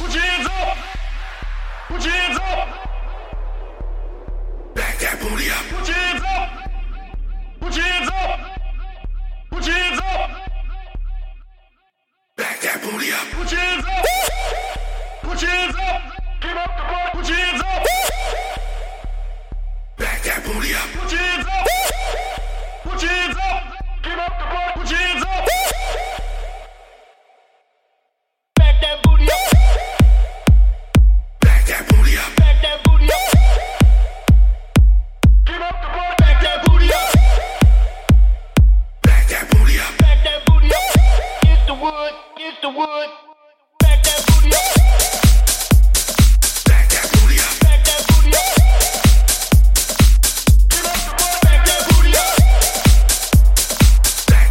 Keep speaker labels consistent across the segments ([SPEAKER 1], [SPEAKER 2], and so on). [SPEAKER 1] up! Put your hands up!
[SPEAKER 2] Back that booty up.
[SPEAKER 1] Put your hands up! Put your hands up! Put your hands up!
[SPEAKER 2] Back that booty up.
[SPEAKER 1] Put your hands up! Put your hands up! Give up the butt! Put your hands up!
[SPEAKER 2] Back that booty up.
[SPEAKER 1] Put your hands up! Put your hands up! Give up the butt! Put your hands up!
[SPEAKER 3] Back that booty up,
[SPEAKER 2] Back that booty up.
[SPEAKER 3] back that booty up.
[SPEAKER 1] Give up the butt!
[SPEAKER 3] Back that booty up,
[SPEAKER 2] Back that booty up.
[SPEAKER 3] back that booty up. It's the wood, it's the wood. Back that booty up,
[SPEAKER 2] Back that booty up.
[SPEAKER 3] back that booty up. Back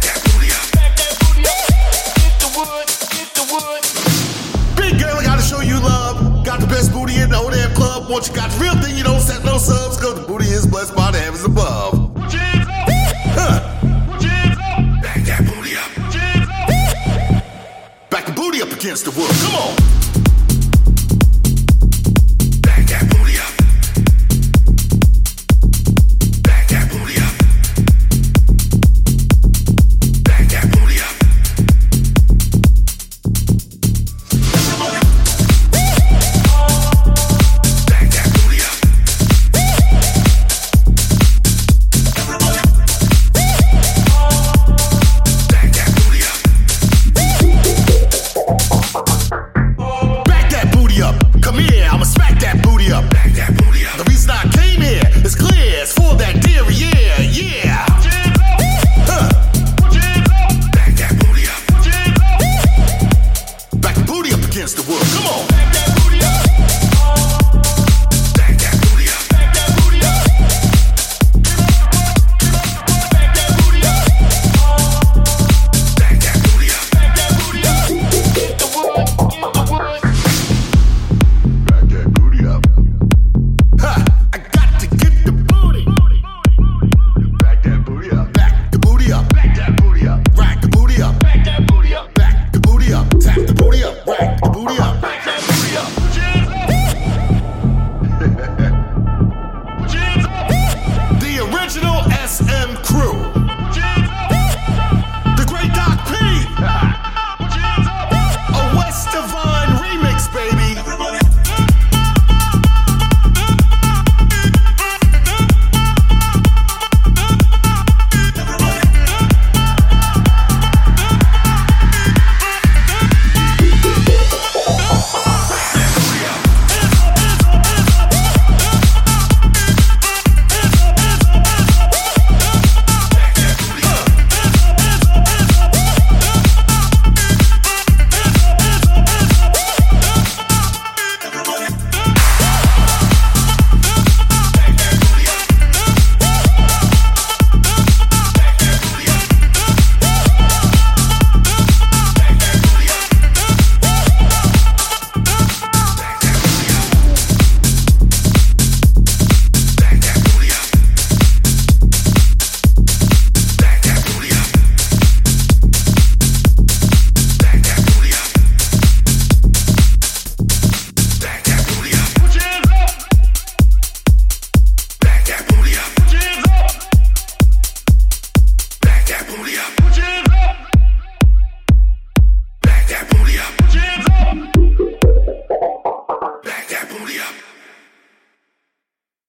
[SPEAKER 2] Back
[SPEAKER 3] that booty up,
[SPEAKER 2] that booty up.
[SPEAKER 3] back that booty up. It's the wood, it's the wood.
[SPEAKER 4] Big girl, I gotta show you love. Got the best booty in the whole damn club. Once you got the real thing, you don't set no subs. Cause the booty is blessed by the heavens above.
[SPEAKER 1] Put your hands up!
[SPEAKER 4] Huh.
[SPEAKER 1] Put your hands up!
[SPEAKER 2] Back that booty up.
[SPEAKER 1] Put your hands up!
[SPEAKER 4] Back the booty up against the wall. Come on.
[SPEAKER 2] Back that booty up. Back that booty up. Back that booty up. Back that booty up. Back that booty up.
[SPEAKER 4] Back that booty up. Come here, I'ma smack that booty up.
[SPEAKER 2] Back that booty up.
[SPEAKER 4] The reason I came here is clear. It's for that dairy, yeah, yeah.
[SPEAKER 1] Put your hands up!
[SPEAKER 4] Huh.
[SPEAKER 1] Put your hands up!
[SPEAKER 2] Back that booty up.
[SPEAKER 1] Put your hands up!
[SPEAKER 4] Back the booty up against the wall. Come on.